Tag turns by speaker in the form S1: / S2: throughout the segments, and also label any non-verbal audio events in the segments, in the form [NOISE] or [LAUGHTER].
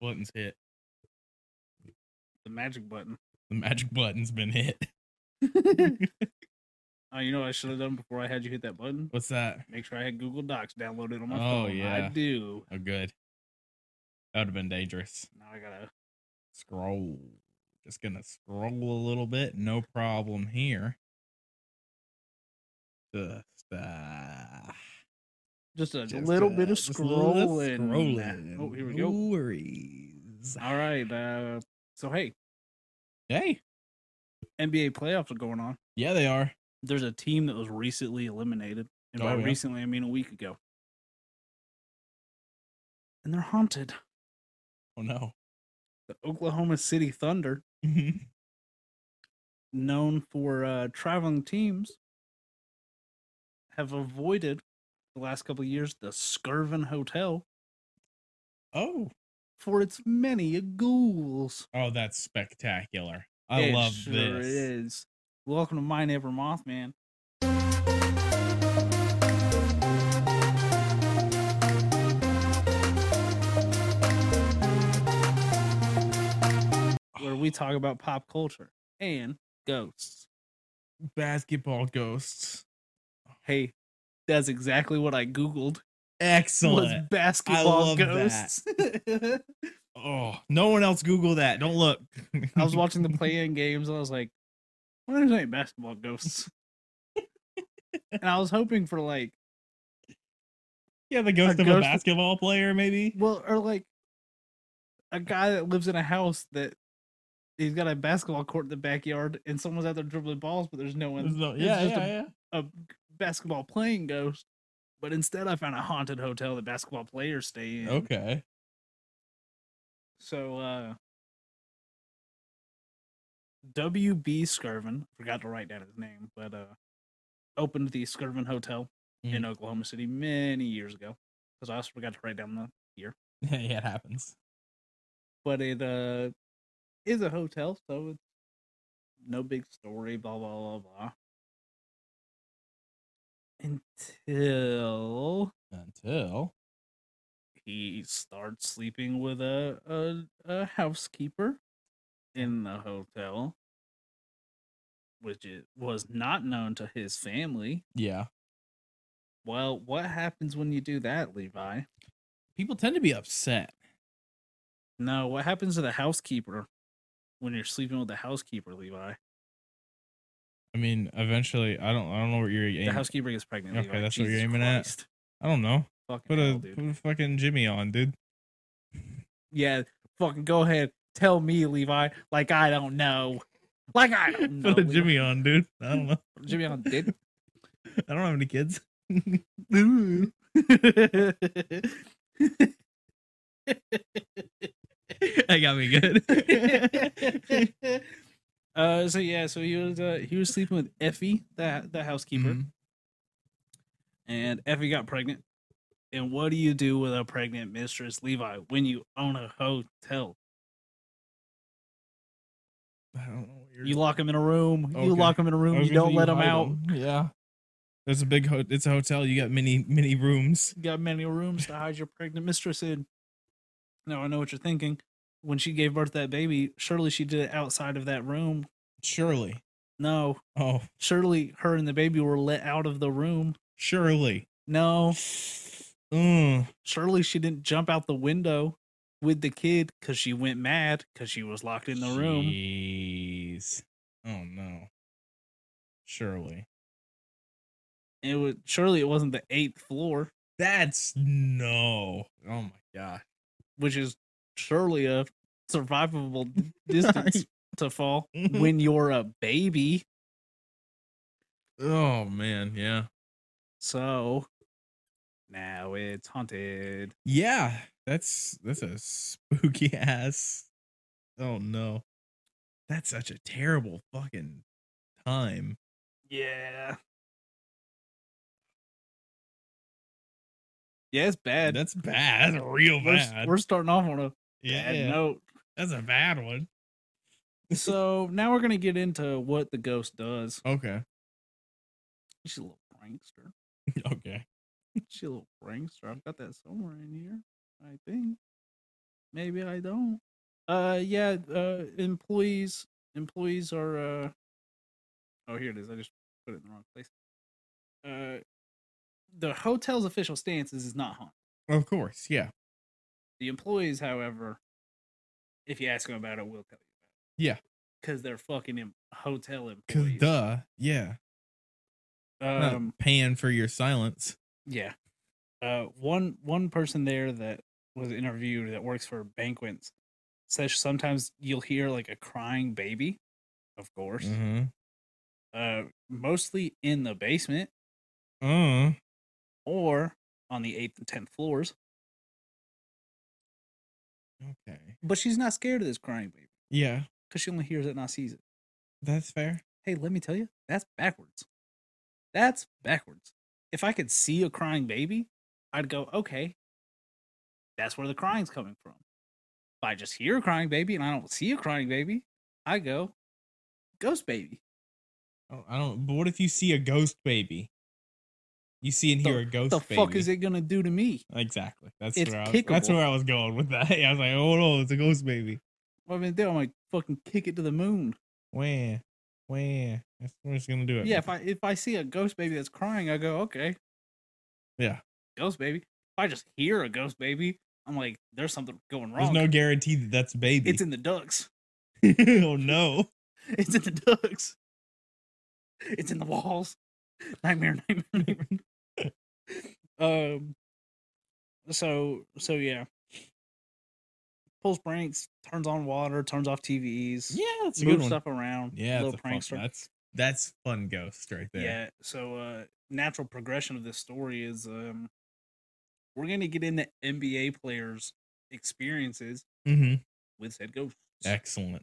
S1: button's hit.
S2: The magic button.
S1: The magic [LAUGHS] button's been hit.
S2: Oh, you know what I should have done before I had you hit that button?
S1: What's that?
S2: Make sure I had Google Docs downloaded on my
S1: Oh,
S2: phone. I
S1: yeah.
S2: do.
S1: Oh, good. That would have been dangerous.
S2: Now I gotta.
S1: Scroll. Just gonna scroll a little bit. No problem here. Just, uh,
S2: Just a
S1: just,
S2: little
S1: uh,
S2: bit of
S1: just a little bit of
S2: scrolling.
S1: Scrolling.
S2: Oh, here we
S1: No
S2: go.
S1: worries.
S2: All right. Uh, so, hey,
S1: Hey.
S2: NBA playoffs are going on.
S1: Yeah, they are.
S2: There's a team that was recently eliminated. And by
S1: Oh, yeah.
S2: recently, I mean a week ago. And they're haunted.
S1: Oh no. [LAUGHS]
S2: The Oklahoma City Thunder, known for uh, traveling teams, have avoided the last couple of years the Skirvin Hotel
S1: oh.
S2: for its many ghouls.
S1: Oh, that's spectacular. I love this.
S2: It is. Welcome to my neighbor Mothman. Where we talk about pop culture and ghosts.
S1: basketball ghosts.
S2: Hey, that's exactly what I Googled. Was
S1: Excellent.
S2: basketball
S1: love [LAUGHS]
S2: ghosts. [LAUGHS]
S1: Oh, no one else Google that. Don't look.
S2: I was watching the play-in games. And I was like, "Well, there's any basketball ghosts,"
S1: [LAUGHS]
S2: and I was hoping for like,
S1: [LAUGHS] Yeah, the ghost
S2: a
S1: of a
S2: ghost-
S1: basketball player, maybe.
S2: well, or like a guy that lives in a house that he's got a basketball court in the backyard, and someone's out there dribbling balls, but there's no
S1: There's
S2: one.
S1: no-
S2: it's
S1: yeah,
S2: just
S1: yeah,
S2: a-
S1: yeah.
S2: A basketball playing ghost. But instead, I found a haunted hotel that basketball players stay in.
S1: Okay. [LAUGHS]
S2: So, uh, W.B. Skirvin, forgot to write down his name, but uh, opened the Skirvin Hotel in Oklahoma City many years ago. Because I also forgot to write down the.
S1: yeah, it happens.
S2: But it uh, is a hotel, so it's no big story, blah, blah, blah, blah. Until
S1: Until
S2: he starts sleeping with a, a a housekeeper in the hotel which it was not known to his family
S1: yeah,
S2: well what happens when you do that levi
S1: people tend to be upset.
S2: no what happens to the housekeeper when you're sleeping with the housekeeper levi
S1: I mean, eventually, I don't, I don't know what you're aiming.
S2: the housekeeper gets pregnant
S1: Okay,
S2: levi.
S1: that's what you're
S2: Jesus
S1: aiming at?
S2: Christ.
S1: I don't know.
S2: fucking
S1: Put
S2: hell,
S1: a
S2: dude.
S1: put a fucking Jimmy on, dude.
S2: yeah fucking go ahead tell me levi like i don't know like i don't
S1: [LAUGHS]
S2: know
S1: put a
S2: Levi.
S1: Jimmy on, dude. I
S2: [LAUGHS]
S1: don't know.
S2: jimmy on did
S1: [LAUGHS] I don't have any kids. [LAUGHS]
S2: Ooh.
S1: I got me good.
S2: uh, so yeah, so he was uh, he was sleeping with Effie, the the housekeeper,
S1: Mhm.
S2: and Effie got pregnant. And what do you do with a pregnant mistress, Levi, when you own a hotel?
S1: I don't know. What you're
S2: You lock him in a room. You
S1: Okay.
S2: lock him in a
S1: I
S2: room.
S1: was
S2: You
S1: gonna
S2: don't
S1: say
S2: let him
S1: hide
S2: out.
S1: 'em. Yeah. There's a big ho- it's a hotel. You got many many rooms.
S2: You got many rooms to hide your pregnant mistress in. Now I know what you're thinking. When she gave birth to that baby, surely she did it outside of that room.
S1: Surely.
S2: No,
S1: Oh,
S2: surely her and the baby were let out of the room.
S1: surely.
S2: No,
S1: Mm.
S2: surely she didn't jump out the window with the kid because she went mad because she was locked in the room.
S1: Jeez. Oh no. Surely.
S2: It was surely it wasn't the eighth floor,
S1: That's no. Oh my god.
S2: which is surely a survivable
S1: [LAUGHS]
S2: d- distance to fall
S1: Mhm.
S2: when you're a baby.
S1: Oh man. Yeah.
S2: So now it's haunted.
S1: Yeah. That's that's a [LAUGHS] spooky ass. Oh no. That's such a terrible fucking time.
S2: Yeah. Yeah, it's bad.
S1: That's bad. That's real
S2: We're, s-
S1: bad.
S2: we're starting off on a
S1: yeah.
S2: bad
S1: [LAUGHS]
S2: note.
S1: That's a bad one.
S2: So now we're gonna get into what the ghost does.
S1: Okay.
S2: She's a little prankster. [LAUGHS]
S1: Okay.
S2: She's a little prankster. I've got that somewhere in here, I think. Maybe I don't. Uh, yeah. Uh, employees, employees are. Uh, oh, here it is. I just put it in the wrong place. Uh, the hotel's official stance is, is not haunted.
S1: Of course, yeah,
S2: The employees, however, if you ask them about it, will tell you.
S1: Yeah.
S2: Because they're fucking em- hotel
S1: because
S2: employees.
S1: duh, yeah, not
S2: Um,
S1: paying for your silence.
S2: Yeah. Uh, one one person there that was interviewed that works for banquets says sometimes you'll hear like a crying baby, of course.
S1: Mhm.
S2: Uh, mostly in the basement
S1: Uh,
S2: or on the eighth and tenth floors.
S1: okay,
S2: But she's not scared of this crying baby
S1: yeah,
S2: because she only hears it, not sees it.
S1: that's fair.
S2: Hey, let me tell you, that's backwards. That's backwards. If I could see a crying baby, I'd go, okay, that's where the crying's coming from. If I just hear a crying baby and I don't see a crying baby, I go, ghost baby.
S1: Oh, I don't. But what if you see a ghost baby? You see and hear a ghost.
S2: What the
S1: baby.
S2: fuck is it gonna do to me?
S1: Exactly. That's
S2: It's
S1: where I was, that's
S2: kickable.
S1: where I was going with that. [LAUGHS] I was like, oh no, it's a ghost baby.
S2: What am I gonna do? I'm like, fucking kick it to the moon.
S1: Wah, wah. That's what it's gonna do it.
S2: Yeah, if I if I see a ghost baby that's crying, I go, okay.
S1: Yeah.
S2: Ghost baby. If I just hear a ghost baby, I'm like, there's something going
S1: There's
S2: wrong.
S1: no guarantee that that's a baby.
S2: it's in the ducks.
S1: [LAUGHS] oh no.
S2: It's in the ducks. It's in the walls. Nightmare, nightmare, nightmare. um. So so yeah. Pulls pranks, turns on water, turns off TVs,
S1: Yeah, that's a good
S2: moves
S1: one.
S2: stuff around.
S1: Yeah,
S2: little
S1: that's a fun,
S2: prankster.
S1: that's that's fun ghost right there.
S2: Yeah. So uh, natural progression of this story is um, we're gonna get into NBA players' experiences
S1: Mm-hmm.
S2: with said ghosts.
S1: Excellent.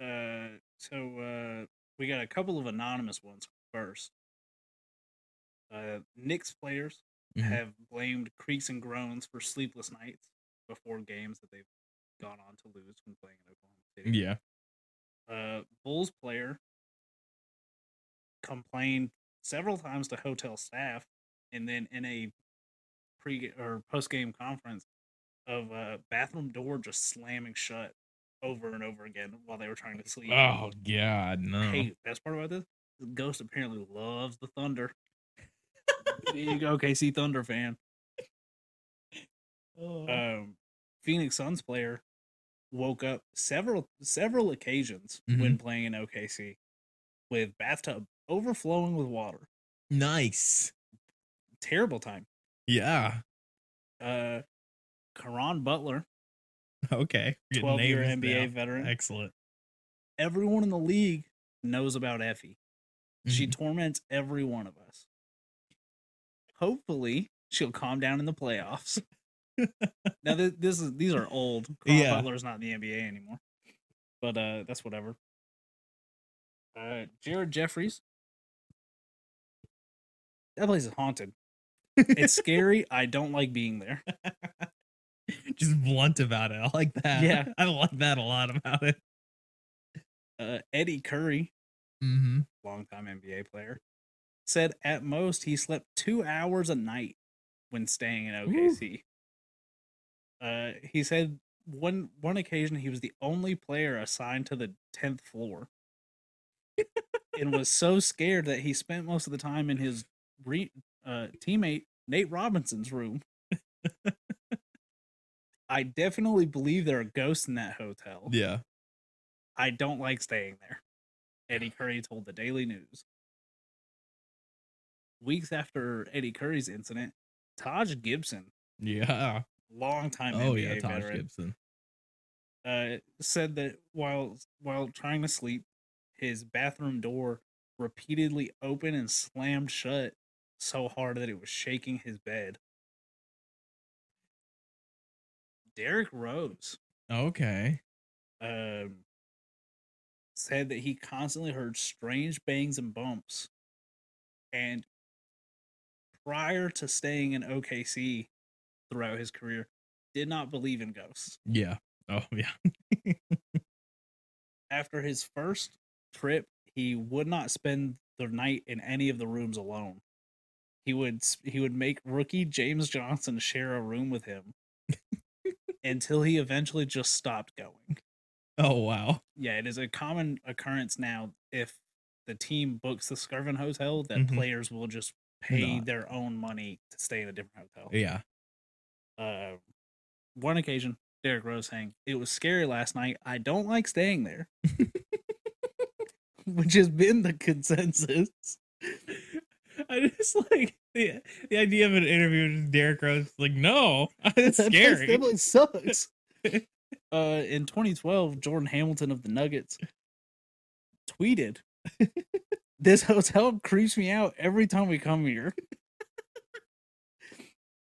S2: Uh, so uh, we got a couple of anonymous ones first. Uh, Knicks players
S1: Mhm.
S2: have blamed creaks and groans for sleepless nights before games that they've gone on to lose when playing in Oklahoma City.
S1: Yeah.
S2: Uh, Bulls player complained several times to hotel staff, and then in a pre or post game conference of uh, bathroom door just slamming shut over and over again while they were trying to sleep.
S1: Oh god, no.
S2: Hey, best part about this, the Ghost apparently loves the Thunder.
S1: [LAUGHS]
S2: Big OKC Thunder fan.
S1: Oh.
S2: Um, Phoenix Suns player woke up several several occasions
S1: Mm-hmm.
S2: when playing in OKC with bathtub overflowing with water.
S1: nice.
S2: Terrible time.
S1: Yeah. [LAUGHS]
S2: Uh, Karan Butler,
S1: Okay. We're getting
S2: twelve year
S1: names
S2: NBA
S1: down.
S2: veteran.
S1: Excellent.
S2: Everyone in the league knows about Effie. She
S1: Mhm.
S2: torments every one of us. Hopefully, she'll calm down in the playoffs. [LAUGHS] now, this, this is these are old. Karan
S1: Yeah.
S2: Butler's not in the NBA anymore, but uh, that's whatever. Uh, Jared Jeffries. That place is haunted. It's scary. I don't like being there.
S1: [LAUGHS] just blunt about it. I like that.
S2: Yeah.
S1: [LAUGHS] I like that a lot about it.
S2: Uh, Eddie Curry,
S1: Mm-hmm.
S2: longtime NBA player, said at most he slept two hours a night when staying in OKC. Uh, he said one one occasion he was the only player assigned to the tenth floor, and was so scared that he spent most of the time in his re- uh, teammate Nate Robinson's room. [LAUGHS] I definitely believe there are ghosts in that hotel.
S1: Yeah.
S2: I don't like staying there. Eddie Curry told the Daily News. Weeks after Eddie Curry's incident, Taj Gibson,
S1: Yeah.
S2: longtime
S1: oh
S2: NBA
S1: yeah, Taj
S2: veteran,
S1: Gibson.
S2: uh, said that while while trying to sleep, his bathroom door repeatedly opened and slammed shut so hard that it was shaking his bed. Derek Rose
S1: Okay.
S2: um, said that he constantly heard strange bangs and bumps. And prior to staying in OKC throughout his career, did not believe in ghosts.
S1: Yeah. Oh [LAUGHS] yeah.
S2: After his first trip, he would not spend the night in any of the rooms alone. He would s- he would make rookie James Johnson share a room with him until he eventually just stopped going.
S1: Oh wow.
S2: Yeah, it is a common occurrence now if the team books the Skirvin Hotel that
S1: Mhm.
S2: players will just pay
S1: Not.
S2: their own money to stay in a different hotel.
S1: Yeah.
S2: Uh, one occasion, Derek Rose saying, It was scary last night. I don't like staying there. Which has been the consensus.
S1: [LAUGHS] I just like the, the idea of an interview with Derek Rose. Like, no, [LAUGHS] it's
S2: That place
S1: scary. [LAUGHS]
S2: definitely sucks. uh, in 2012, Jordan Hamilton of the Nuggets tweeted, [LAUGHS] "This hotel creeps me out every time we
S1: [LAUGHS]
S2: come here."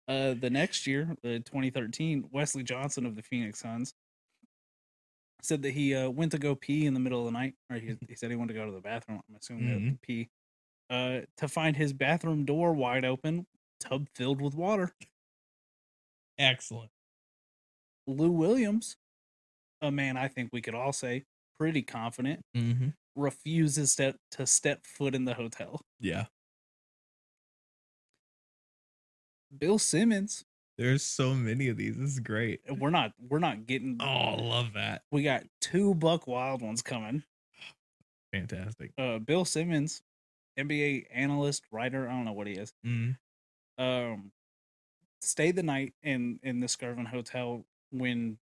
S2: uh, the next year, uh, 2013, Wesley Johnson of the Phoenix Suns said that he uh, went to go pee in the middle of the night, or he, he said he wanted to go to the bathroom. I'm assuming that
S1: Mhm.
S2: pee. Uh, to find his bathroom door wide open, tub filled with water.
S1: Excellent.
S2: Lou Williams, a man I think we could all say pretty confident,
S1: Mm-hmm.
S2: refuses step, to step foot in the hotel.
S1: Yeah.
S2: Bill Simmons, eh,
S1: There's so many of these. This is great.
S2: we're not we're not getting
S1: Oh, I love that.
S2: we got two Buck Wild ones coming.
S1: Fantastic.
S2: Uh Bill Simmons, NBA analyst, writer, I don't know what he is.
S1: Mm.
S2: Um stayed the night in in the Skirvin Hotel when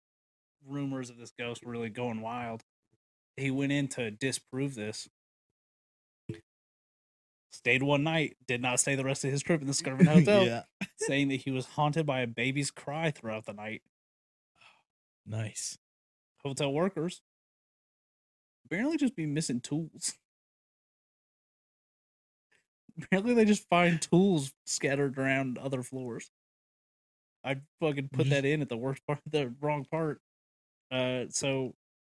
S2: rumors of this ghost were really going wild. He went in to disprove this. Stayed one night, did not stay the rest of his trip in the Skirvin
S1: [LAUGHS] [LAUGHS]
S2: Hotel,
S1: yeah.
S2: saying that he was haunted by a baby's cry throughout the night.
S1: Nice.
S2: Hotel workers apparently just be missing tools. Apparently, they just find tools scattered around other floors. I fucking put
S1: Just-
S2: that in at the worst part, the wrong part. Uh, so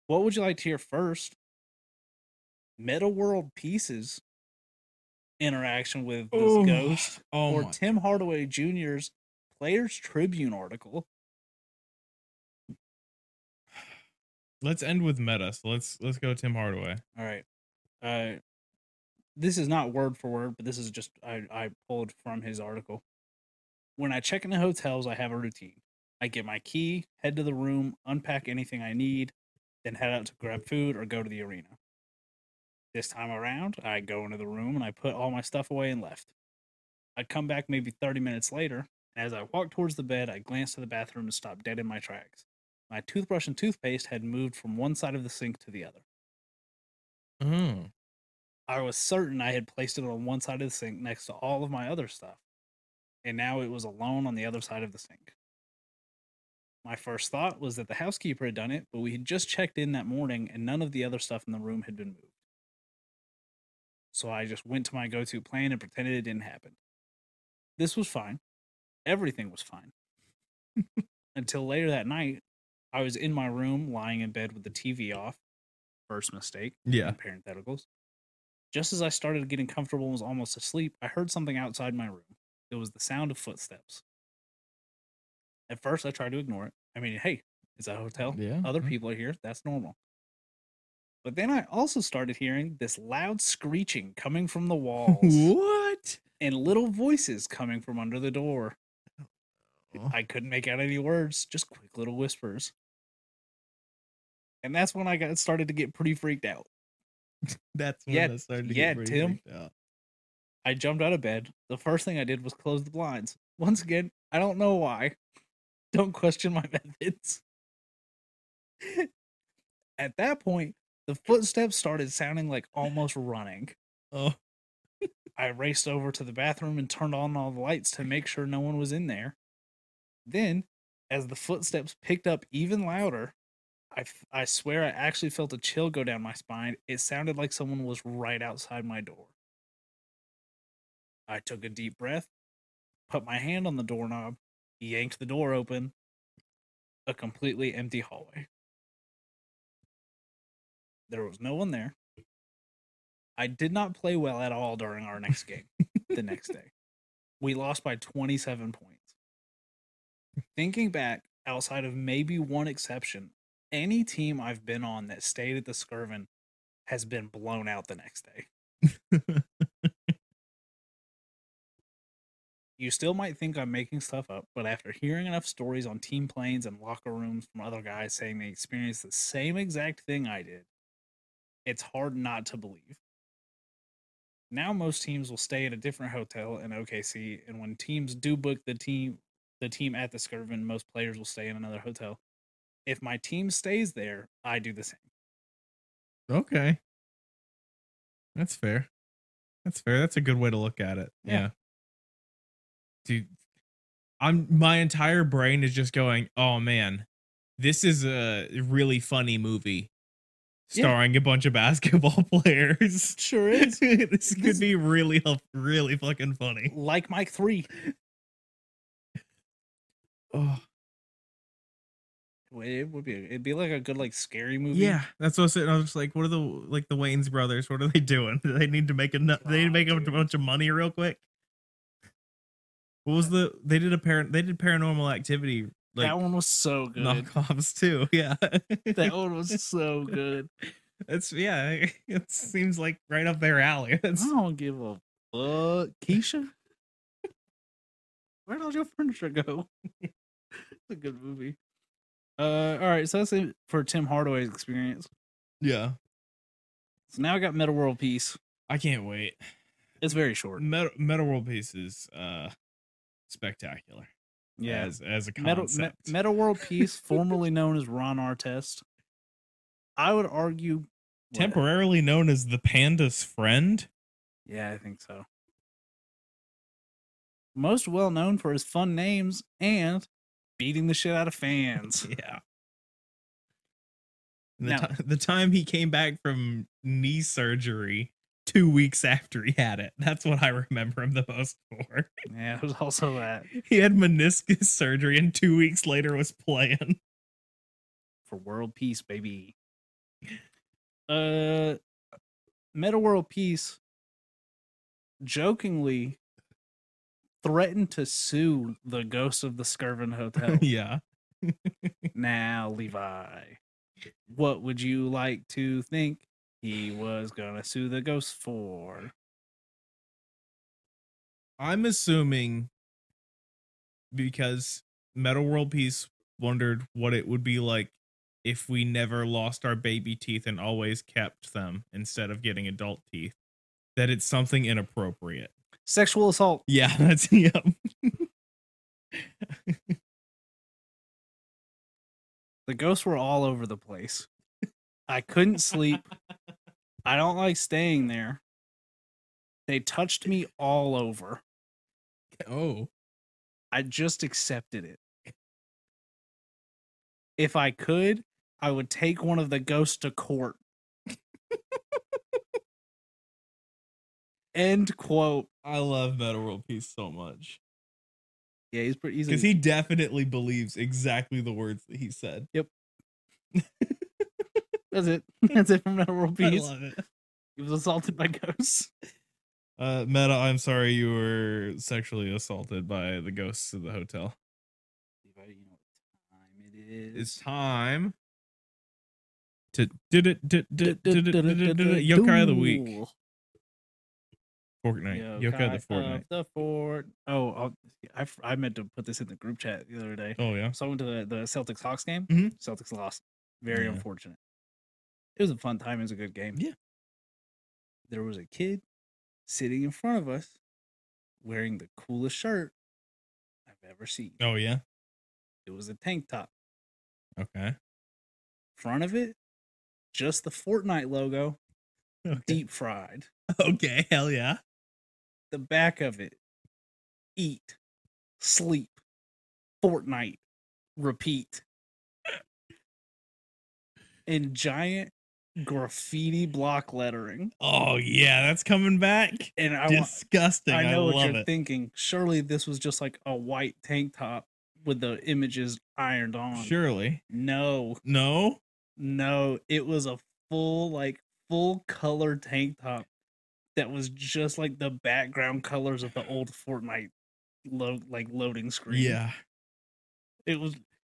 S2: what would you like to hear first? Meta world pieces interaction with this
S1: Oh,
S2: ghost,
S1: Oh
S2: or
S1: my-
S2: Tim Hardaway Jr.'s Players Tribune article.
S1: Let's end with meta. So let's let's go Tim Hardaway.
S2: All right. Uh, this is not word for word, but this is just I, I pulled from his article. When I check into hotels, I have a routine. I get my key, head to the room, unpack anything I need, then head out to grab food or go to the arena. This time around, I go into the room and I put all my stuff away and left. I come back maybe 30 minutes later, and as I walk towards the bed, I glance to the bathroom and stop dead in my tracks. My toothbrush and toothpaste had moved from one side of the sink to the other.
S1: Oh.
S2: I was certain I had placed it on one side of the sink next to all of my other stuff, and now it was alone on the other side of the sink. My first thought was that the housekeeper had done it, but we had just checked in that morning and none of the other stuff in the room had been moved. So I just went to my go to plan and pretended it didn't happen. This was fine. Everything was fine. [LAUGHS] Until later that night, I was in my room lying in bed with the TV off. First mistake
S1: Yeah.
S2: in parentheticals. Just as I started getting comfortable and was almost asleep, I heard something outside my room. It was the sound of footsteps. At first, I tried to ignore it. I mean, hey, it's a hotel.
S1: Yeah. mm-hmm.
S2: Other people are here. That's normal. But then I also started hearing this loud screeching coming from
S1: [LAUGHS]
S2: the walls
S1: What?
S2: and little voices coming from under the door.
S1: Oh.
S2: I couldn't make out any words, just quick little whispers. And that's when I got started to get pretty freaked out.
S1: That's when
S2: Yeah,
S1: I started to
S2: yeah,
S1: get pretty
S2: Tim.
S1: freaked out.
S2: I jumped out of bed. The first thing I did was close the blinds. Once again, I don't know why. [LAUGHS] Don't question my [LAUGHS] methods. At that point, the footsteps started sounding like almost running.
S1: Oh.
S2: I raced over to the bathroom and turned on all the lights to make sure no one was in there. Then, as the footsteps picked up even louder, I, f- I swear I actually felt a chill go down my spine. It sounded like someone was right outside my door. I took a deep breath, put my hand on the doorknob, yanked the door open. A completely empty hallway. There was no one there. I did not play well at all during our next game the next day. We lost by 27 points. Thinking back, outside of maybe one exception, any team I've been on that stayed at the Skirvin has been blown out the next day. You still might think I'm making stuff up, but after hearing enough stories on team planes and locker rooms from other guys saying they experienced the same exact thing I did, it's hard not to believe. Now most teams will stay at a different hotel in OKC, and when teams do book the team the team at the Skirvin, most players will stay in another hotel. If my team stays there, I do the same.
S1: Oh. [LAUGHS] Okay. That's fair. That's fair. That's a good way to look at it. Yeah.
S2: Yeah.
S1: Dude, I'm my entire brain is just going, "Oh man, this is a really funny movie
S2: Yeah.
S1: starring a bunch of basketball [LAUGHS] players." [LAUGHS]
S2: Sure
S1: this could
S2: [LAUGHS] This-
S1: be really really fucking funny.
S2: like Mike 3,
S1: Oh,
S2: Well, it would be it'd be like a good like scary movie.
S1: yeah, that's what I was saying. I was just like, "What are the like the Wayne's brothers? What are they doing? [LAUGHS] Do they need to make a nu- they need to
S2: God,
S1: make a
S2: dude.
S1: bunch of money real quick." What was the they did a parent they did paranormal activity like
S2: that one was
S1: [LAUGHS]
S2: so good.
S1: knockoffs too. [LAUGHS] Yeah, [LAUGHS]
S2: That one was so good.
S1: it's yeah. [LAUGHS] It seems like right up their alley. [LAUGHS] It's,
S2: I don't give a fuck, Keisha. Where'd all your furniture go? [LAUGHS] it's a good movie. Uh, all right, so that's it for Tim Hardaway's experience.
S1: yeah,
S2: So now I got Metal World Peace.
S1: I can't wait.
S2: It's very short.
S1: Metal, Metal World Peace is uh, spectacular.
S2: Yeah,
S1: as, as a
S2: Metal
S1: concept.
S2: Me- Metal World [LAUGHS] Peace, formerly known as Ron Artest. I would argue what-
S1: Temporarily known as the Panda's friend.
S2: Yeah, I think so. Most well known for his fun names and beating the shit out of [LAUGHS] fans.
S1: Yeah. The,
S2: Now-
S1: ti- the time he came back from knee surgery two weeks after he had it. That's what I remember him the most for. [LAUGHS]
S2: yeah, it was also that
S1: he had meniscus surgery and two weeks later was playing. [LAUGHS]
S2: for world peace, baby. Uh, Meta World Peace jokingly threatened to sue the ghost of the Skirvin Hotel.
S1: yeah.
S2: Now, Levi, what would you like to think he was gonna sue the ghost for?
S1: I'm assuming because Metal World Peace wondered what it would be like if we never lost our baby teeth and always kept them instead of getting adult teeth, that it's something inappropriate. [LAUGHS]
S2: Sexual assault.
S1: Yeah, that's yep.
S2: The ghosts were all over the place. I couldn't sleep. I don't like staying there. They touched me all over.
S1: Oh,
S2: I just accepted it. If I could, I would take one of the ghosts to court. End quote.
S1: I love Metal World Peace so much
S2: Yeah, he's pretty. He's
S1: because
S2: a-
S1: he definitely believes exactly the words that he said.
S2: that's it. [LAUGHS] That's it from Metal World Peace.
S1: [LAUGHS] I love it.
S2: He was assaulted by ghosts.
S1: Uh, Meta, I'm sorry you were sexually assaulted by the ghosts of the hotel.
S2: Levi, you know what time it is.
S1: it's time to did it did did did it yokai of the week
S2: Duel.
S1: fortnight yokai of the fortnight
S2: the Fort. Oh, I'll- I, f- I meant to put this in the group chat the other day.
S1: oh yeah
S2: So I went to the, the Celtics Hawks game.
S1: Mhm.
S2: Celtics lost. Very
S1: Yeah.
S2: unfortunate. It was a fun time. It was a good game.
S1: Yeah.
S2: There was a kid sitting in front of us wearing the coolest shirt I've ever seen.
S1: oh yeah
S2: It was a tank top.
S1: okay
S2: Front of it, just the Fortnite logo,
S1: okay,
S2: deep fried.
S1: [LAUGHS] okay hell yeah
S2: the back of it eat sleep fortnite repeat in giant graffiti block lettering
S1: oh yeah that's coming back
S2: and i, wa-
S1: disgusting
S2: I
S1: i,
S2: know what
S1: love
S2: you're
S1: it
S2: thinking surely this was just like a white tank top with the images ironed on
S1: surely
S2: no
S1: no
S2: no it was a full like full color tank top that was just like the background colors of the old fortnite load like loading screen
S1: yeah
S2: It was,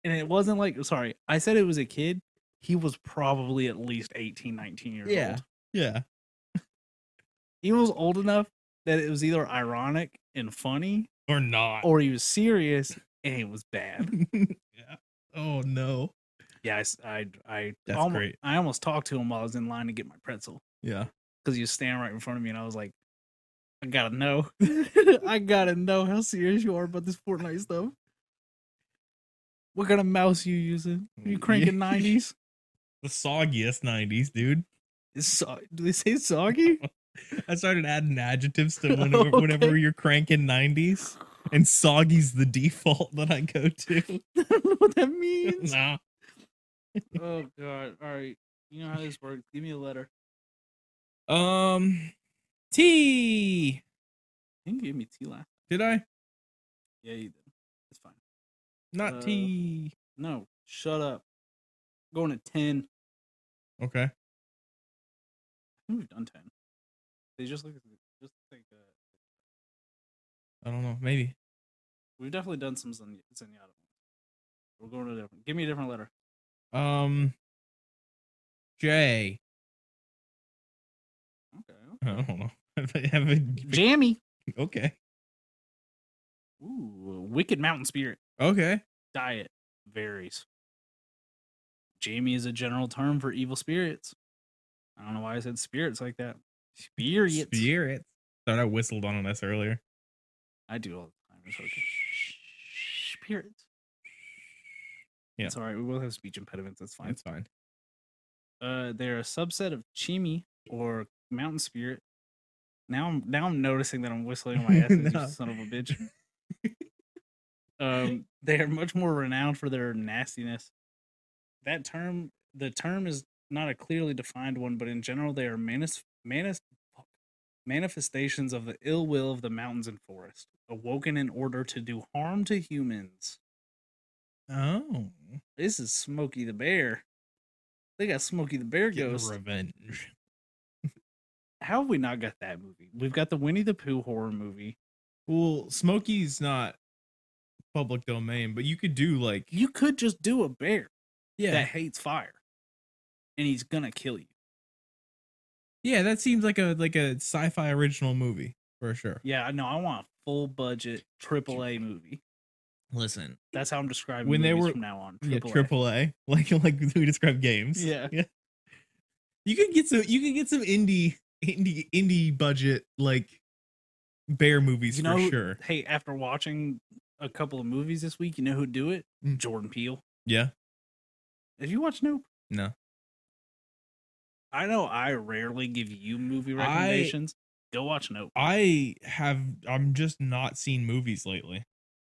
S2: and it wasn't like, sorry, I said it was a kid. He was probably at least 18, 19 years
S1: Yeah.
S2: old.
S1: yeah
S2: He was old enough that it was either ironic and funny
S1: or not.
S2: [LAUGHS] or he was serious and it was bad.
S1: [LAUGHS] yeah. Oh no.
S2: Yes, I I
S1: That's
S2: almo-
S1: great.
S2: I almost talked to him while I was in line to get my pretzel
S1: Yeah.
S2: because he was standing right in front of me, and I was like, I gotta know, [LAUGHS] I gotta know how serious you are about this Fortnite stuff. What kind of mouse you using? You cranking nineties?
S1: The soggiest nineties, dude.
S2: It's so- do they say [LAUGHS] soggy?
S1: I started adding adjectives to whenever, whenever
S2: Okay.
S1: you're cranking nineties. And soggy's the default that I go to.
S2: I don't know what that means.
S1: [LAUGHS] nah.
S2: oh god! All right, you know how this works. Give me a letter.
S1: Um T
S2: You gave me T last.
S1: did I?
S2: Yeah, you did. It's fine.
S1: Not
S2: Uh,
S1: T.
S2: No, shut up. going to ten.
S1: Okay.
S2: I think we've done ten. They just look just think uh,
S1: I don't know. Maybe.
S2: we've definitely done some Zen- Zenyatta. We're going to a different. Give me a different letter.
S1: Um J. [LAUGHS]
S2: Okay.
S1: I don't know. [LAUGHS] I have a-
S2: Jammy.
S1: okay.
S2: Ooh, Wicked Mountain Spirit.
S1: Okay.
S2: Diet varies. Jamie is a general term for evil spirits. I don't know why I said spirits like that. Spirits.
S1: Spirits. Thought I whistled on this earlier.
S2: I do all the time. It's okay. Spirits.
S1: Yeah.
S2: It's all right. We will have speech impediments. That's fine.
S1: That's fine.
S2: uh, they're a subset of chimi or mountain spirit. Now I'm now I'm noticing that I'm whistling
S1: [LAUGHS]
S2: my ass, off,
S1: No.
S2: you son of a
S1: [LAUGHS]
S2: bitch. Um, they are much more renowned for their nastiness. That term, the term is not a clearly defined one, but in general, they are manis, manis, fuck, manifestations of the ill will of the mountains and forest, awoken in order to do harm to humans.
S1: Oh.
S2: This is Smokey the Bear. They got Smokey the Bear
S1: Getting
S2: ghost.
S1: Revenge.
S2: how have we not got that movie? We've got the Winnie the Pooh horror movie.
S1: Well, Smokey's not public domain, but you could do like
S2: You could just do a bear
S1: yeah,
S2: that hates fire, and he's gonna kill you.
S1: yeah. That seems like a like a sci-fi original movie for sure.
S2: Yeah, I know. I want a full budget AAA movie.
S1: Listen,
S2: That's how I'm describing
S1: When they
S2: movies
S1: were-
S2: from now on.
S1: yeah,
S2: AAA.
S1: triple A, [LAUGHS] like like we describe games.
S2: Yeah.
S1: yeah. You could get some. You could get some indie indie indie budget like bear movies
S2: You
S1: for
S2: know-
S1: sure.
S2: Hey, after watching a couple of movies this week, you know who'd do it?
S1: Mm.
S2: Jordan Peele.
S1: Yeah.
S2: Have you watched Nope?
S1: No.
S2: I know I rarely give you movie recommendations. Go watch Nope.
S1: I have I'm just not seeing movies lately.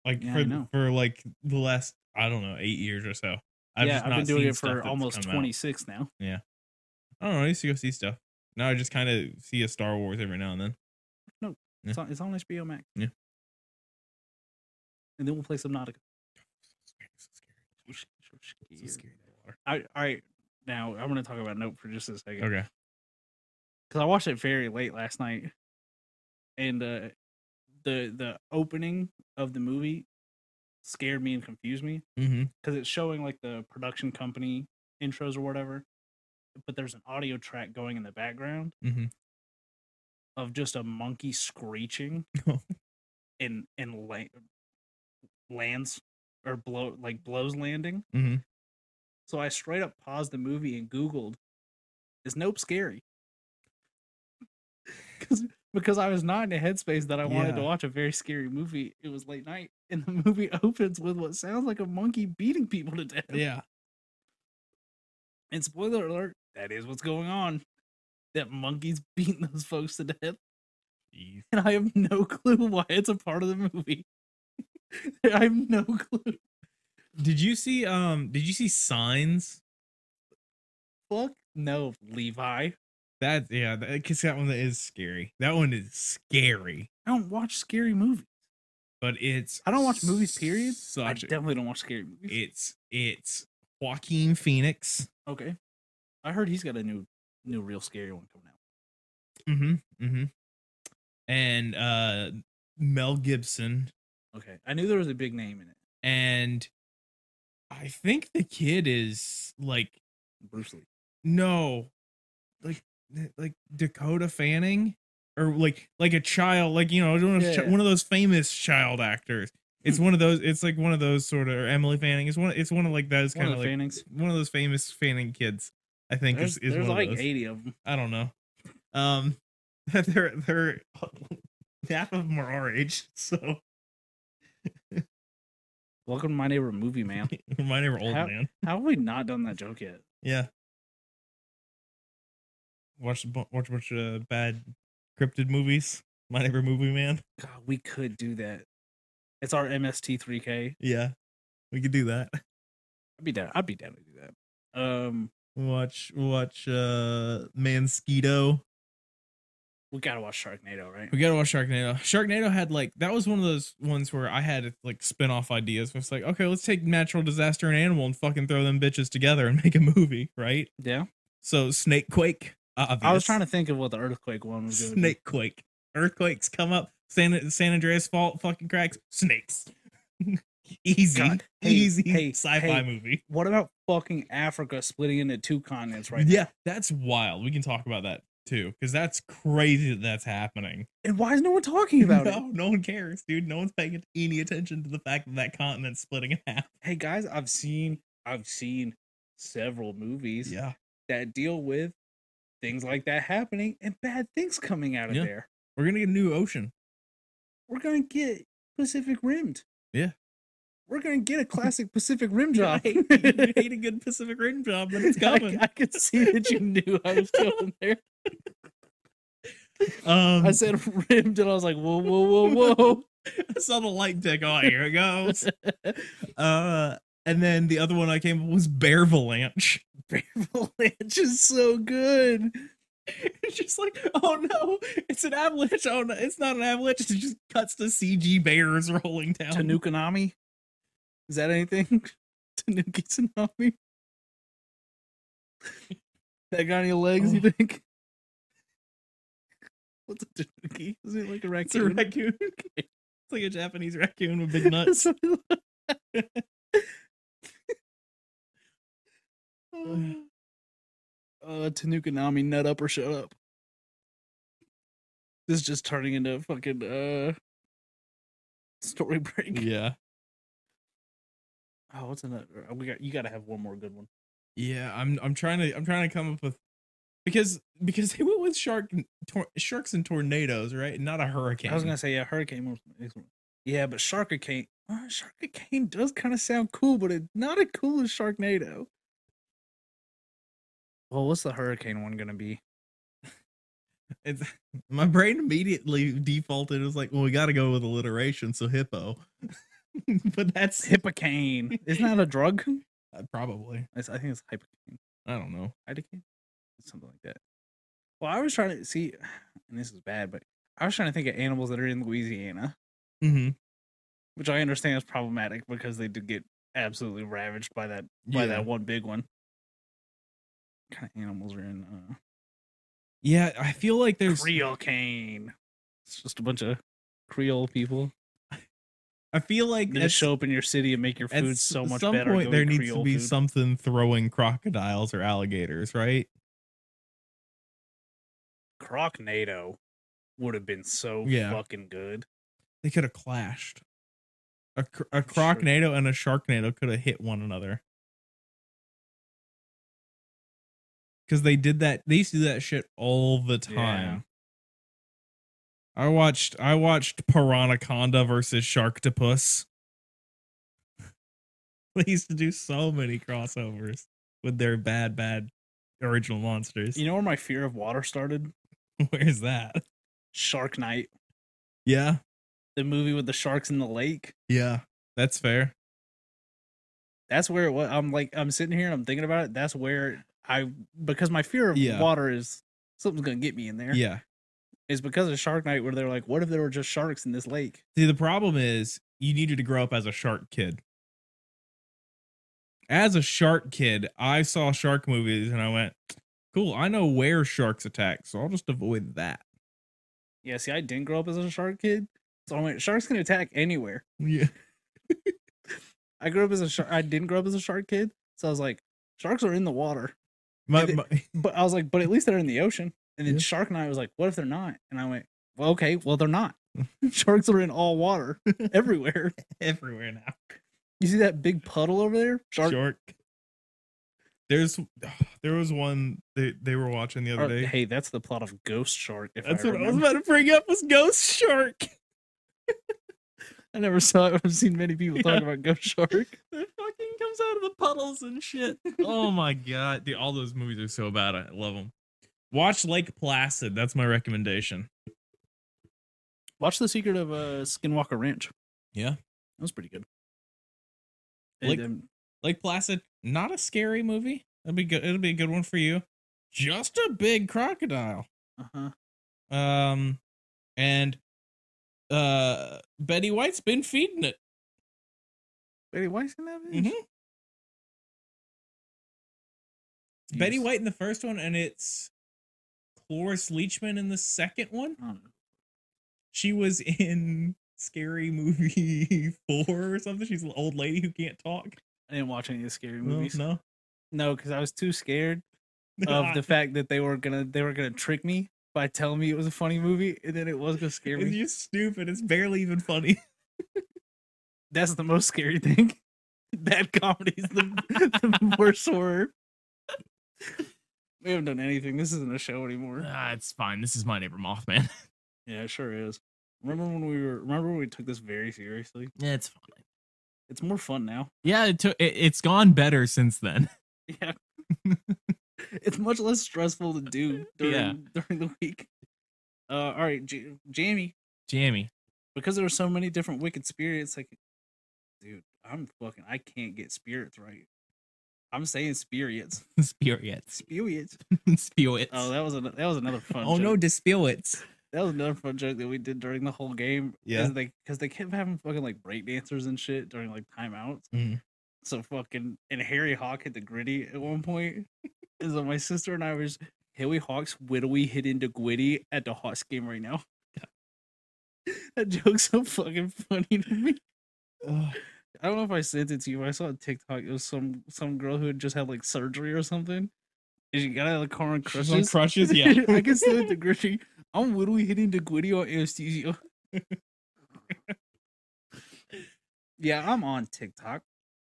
S1: Like
S2: Yeah, I
S1: for
S2: know.
S1: for like the last I don't know, eight years or so. I've
S2: yeah,
S1: just
S2: I've
S1: not
S2: been doing
S1: seen
S2: it
S1: stuff
S2: for
S1: that's
S2: almost
S1: come out.
S2: 26 now.
S1: I don't know, I used to go see stuff. Now I just kinda see a Star Wars every now and then. Yeah.
S2: It's, on, it's on HBO Max.
S1: Yeah.
S2: And then we'll play some Nautica.
S1: So scary. So scary, that water.
S2: I, all right. Now, I'm going to talk about Nope for just a second.
S1: Okay.
S2: Because I watched it very late last night. And uh, the the opening of the movie scared me and confused me
S1: Mm-hmm.
S2: because it's showing like the production company intros or whatever. But there's an audio track going in the background
S1: Mhm.
S2: of just a monkey screeching and and la- lands or blow like blows landing.
S1: Mhm.
S2: So I straight up paused the movie and Googled, "Is Nope scary?" [LAUGHS] Because because I was not in a headspace that I wanted to
S1: Yeah.
S2: watch a very scary movie. It was late night, [LAUGHS] and the movie opens with what sounds like a monkey beating people to death.
S1: Yeah.
S2: And spoiler alert, that is what's going on. That monkey's [LAUGHS] beating those folks to death
S1: Jeez.
S2: and I have no clue [LAUGHS] why it's a part of the movie. [LAUGHS] I have no clue.
S1: Did you see um did you see signs?
S2: Fuck no, Levi.
S1: That yeah, that, cause that one is scary. That one is scary.
S2: I don't watch scary movies.
S1: But it's
S2: I don't watch movies. Period. I
S1: Such a,
S2: definitely don't watch scary movies.
S1: it's it's Joaquin Phoenix.
S2: okay, I heard he's got a new, new real scary one coming out.
S1: Mm-hmm. Mm-hmm. And uh Mel Gibson.
S2: Okay, I knew there was a big name in it.
S1: And I think the kid is like
S2: Bruce Lee.
S1: no like like Dakota eh, Fanning or like like a child, like you know, one of, those
S2: Yeah, Hmm.
S1: chi-
S2: yeah.
S1: one of those famous child actors. It's one of those. It's like one of those sort of or Emily Fanning. It's one. It's one of like those
S2: One
S1: kind
S2: of
S1: of
S2: the
S1: like
S2: Phoenix.
S1: one of those famous Fanning kids. I think is,
S2: There's,
S1: is
S2: there's
S1: one
S2: like
S1: of those.
S2: 80 of them.
S1: I don't know. Um, [LAUGHS] they're they're [LAUGHS] half of them are our age, so
S2: Welcome to my neighbor
S1: [LAUGHS]
S2: movie, man.
S1: my neighbor old
S2: How-
S1: man.
S2: How have we not done that joke yet?
S1: Yeah. Watch a bu- watch a bunch of bad cryptid movies. My neighbor movie man.
S2: God, we could do that. It's our MST3K.
S1: Yeah, we could do that.
S2: I'd be down. I'd be down to do that. Um,
S1: Watch watch uh Mansquito.
S2: we gotta watch Sharknado, right?
S1: We gotta watch Sharknado. Sharknado had like that was one of those ones where I had like spin off ideas. It's like okay, let's take natural disaster and animal and fucking throw them bitches together and make a movie, right?
S2: Yeah.
S1: So Snake Quake. uh,
S2: I was trying to think of what the earthquake one was gonna
S1: Snake Quake. Earthquakes come up. San San Andreas fault fucking cracks. Snakes. [LAUGHS] easy,
S2: God. Hey,
S1: easy
S2: hey,
S1: sci-fi
S2: hey.
S1: movie.
S2: be. What about fucking Africa splitting into two continents right
S1: Yeah, that's wild. We can talk about that too, because that's crazy that that's happening.
S2: now? And why is no one [LAUGHS] talking about
S1: [LAUGHS]
S2: it?
S1: no, no one cares, dude. No one's paying any attention to the fact that that continent's splitting in half.
S2: Hey guys, I've seen I've seen several movies
S1: Yeah,
S2: that deal with things like that happening and bad things coming out of
S1: Yeah.
S2: there.
S1: we're gonna get a new ocean.
S2: We're gonna get Pacific Rimmed.
S1: Yeah.
S2: We're gonna
S1: [LAUGHS]
S2: get a classic Pacific Rim
S1: I
S2: job. [LAUGHS]
S1: hate, you hate a good Pacific Rim job, but it's coming.
S2: I, I could see that you knew I was going there.
S1: Um, [LAUGHS]
S2: I said rimmed, and I was like, whoa, whoa, whoa, whoa. [LAUGHS]
S1: I saw the light tick. Oh, here it goes. uh, and then the other one I came up with was Bear Avalanche.
S2: Avalanche is so good.
S1: [LAUGHS] It's just like, oh no, it's an avalanche. Oh no, it's not an avalanche. It just cuts to CG bears rolling down.
S2: Tanukanami? Is that anything? [LAUGHS] Tanuki Tsunami? That got any legs,
S1: Oh.
S2: you think? [LAUGHS] What's a tanuki? Is it like a
S1: It's a
S2: raccoon?
S1: raccoon. [LAUGHS] it's like a Japanese raccoon with
S2: [LAUGHS]
S1: big nuts.
S2: That's what it
S1: Oh
S2: look- uh, Tanukanami, nut up or shut up. This is just turning into a fucking uh story break.
S1: yeah.
S2: [LAUGHS] Oh, what's another? We got you. Got to have one more good one.
S1: Yeah, I'm I'm trying to I'm trying to come up with because because [LAUGHS] they went with shark tor- sharks and tornadoes, right? Not a hurricane.
S2: I was gonna say yeah, hurricane. Was, is one. yeah, but Sharkacane. Uh, Sharkacane does kind of sound cool, but it's not as cool as Sharknado. Well, what's the hurricane one gonna be?
S1: it's [LAUGHS] my brain immediately defaulted. It was like, well, we got to go with alliteration, so hippo. [LAUGHS] but that's
S2: Hippocane. Isn't that a drug? [LAUGHS]
S1: uh, probably.
S2: It's, I think it's hypocane.
S1: I don't know.
S2: Idocaine? Something like that. Well, I was trying to see, [SIGHS] and this is bad, but I was trying to think of animals that are in Louisiana,
S1: Mm-hmm.
S2: which I understand is problematic because they did get absolutely ravaged by that by
S1: Yeah.
S2: that one big one. What kind of animals are in uh,
S1: Yeah, I feel like there's.
S2: Creole cane? It's just a bunch of Creole people.
S1: I feel like
S2: They just show up in your city and make your
S1: at
S2: food
S1: s-
S2: so much
S1: some
S2: better.
S1: point
S2: Go
S1: there
S2: eat
S1: needs
S2: Creole
S1: to be
S2: food.
S1: something throwing crocodiles or alligators, right?
S2: Crocnado would have been so
S1: Yeah.
S2: fucking good.
S1: They could have clashed. A, cr- a
S2: sure.
S1: crocnado and a sharknado could have hit one another. Because they did that. They used to do that shit all the time. I watched. I watched Piranaconda versus Sharktopus. [LAUGHS] they used to do so many crossovers with their bad, bad original monsters.
S2: You know where my fear of water started?
S1: [LAUGHS] Where's that?
S2: Shark Night,
S1: Yeah,
S2: the movie with the sharks in the lake.
S1: yeah, that's fair.
S2: That's where it was. I'm like, I'm sitting here and I'm thinking about it. That's where I, because my fear of
S1: Yeah.
S2: water is something's gonna get me in there.
S1: Yeah.
S2: it's because of Shark Night where they're like, what if there were just sharks in this lake?
S1: See, the problem is you needed to grow up as a shark kid. As a shark kid, I saw shark movies and I went, "Cool, I know where sharks attack, so I'll just avoid that."
S2: Yeah, see, I didn't grow up as a shark kid, so I went, sharks can attack anywhere.
S1: Yeah.
S2: I grew up as a shark. I didn't grow up as a shark kid, so I was like, sharks are in the water, [LAUGHS]
S1: My,
S2: And it-
S1: my- [LAUGHS]
S2: but I was like, but at least they're in the ocean. And then
S1: Yeah.
S2: Shark and I was like, what if they're not? And I went, well, okay, well,
S1: [LAUGHS]
S2: they're not. Sharks are in all water [LAUGHS] everywhere.
S1: everywhere now.
S2: You see that big puddle over there? Shark.
S1: Shark. There's [SIGHS] there was one they they were watching the other
S2: or-
S1: day.
S2: Oh, hey, that's the plot of Ghost Shark. If
S1: That's
S2: I,
S1: what I was
S2: remember.
S1: about to bring up was Ghost Shark. [LAUGHS]
S2: I never saw it. I've seen many people talk
S1: Yeah. [LAUGHS]
S2: about Ghost Shark.
S1: It fucking comes out of the puddles and shit. oh my god, dude! All those movies are so bad. I love them. Watch Lake Placid. That's my recommendation.
S2: Watch The Secret of uh, Skinwalker Ranch.
S1: Yeah.
S2: That was pretty good.
S1: Like-
S2: and, um,
S1: Lake Placid, not a scary movie. That'd be good. It'll be a good one for you. Just a big crocodile.
S2: uh-huh.
S1: Um, and uh, Betty White's been feeding it.
S2: Betty White's in that bitch?
S1: Mhm. Betty
S2: Jeez.
S1: White in the first one, and it's Cloris Leachman in the second one.
S2: I don't know.
S1: She was in Scary Movie [LAUGHS] Four or something. She's an old lady who can't talk.
S2: I didn't watch any of the scary
S1: No,
S2: movies.
S1: no.
S2: No, because I was too
S1: [LAUGHS]
S2: scared of the fact that they were gonna they were gonna trick me by telling me it was a funny movie and then it was gonna scare
S1: it's
S2: me.
S1: just stupid. It's barely even funny. [LAUGHS]
S2: That's the most scary [LAUGHS] thing. Bad comedy is the, the worst horror. We haven't done anything. This isn't a show anymore.
S1: it's fine. This is my neighbor Mothman. [LAUGHS]
S2: Yeah, it sure is. Remember when we were? Remember when we took this very seriously?
S1: Yeah, it's fine.
S2: It's more fun now. [LAUGHS]
S1: Yeah, it took, it, it's gone better since then. [LAUGHS]
S2: Yeah, it's much less stressful to do during
S1: Yeah.
S2: during the week. Uh, all right, J- Jamie,
S1: Jamie, [LAUGHS]
S2: because there are so many different wicked spirits like dude i'm fucking i can't get spirits right i'm saying spirits
S1: spew it. [LAUGHS]
S2: spirits
S1: Spew it.
S2: oh that was a, that was another fun
S1: Oh
S2: joke.
S1: no, dispel it.
S2: that was another fun joke that we did during the whole game
S1: Yeah.
S2: is they because they kept having fucking like break dancers and shit during like timeouts
S1: Mhm.
S2: so fucking and harry hawk hit the gritty at one point [LAUGHS] and so my sister and i were just harry hawk's whittly hit into gritty at the hawks game right now [LAUGHS] that joke's so fucking funny to me I don't know if I sent it to you. But I saw a TikTok. It was some some girl who had just had like surgery or something, and she got out of the car on crutches.
S1: Crushes? [LAUGHS] crushes,
S2: [LAUGHS]
S1: yeah.
S2: I can still
S1: [LAUGHS]
S2: hit the gritty. I'm literally hitting the gritty on anesthesia. [LAUGHS] yeah, I'm on TikTok.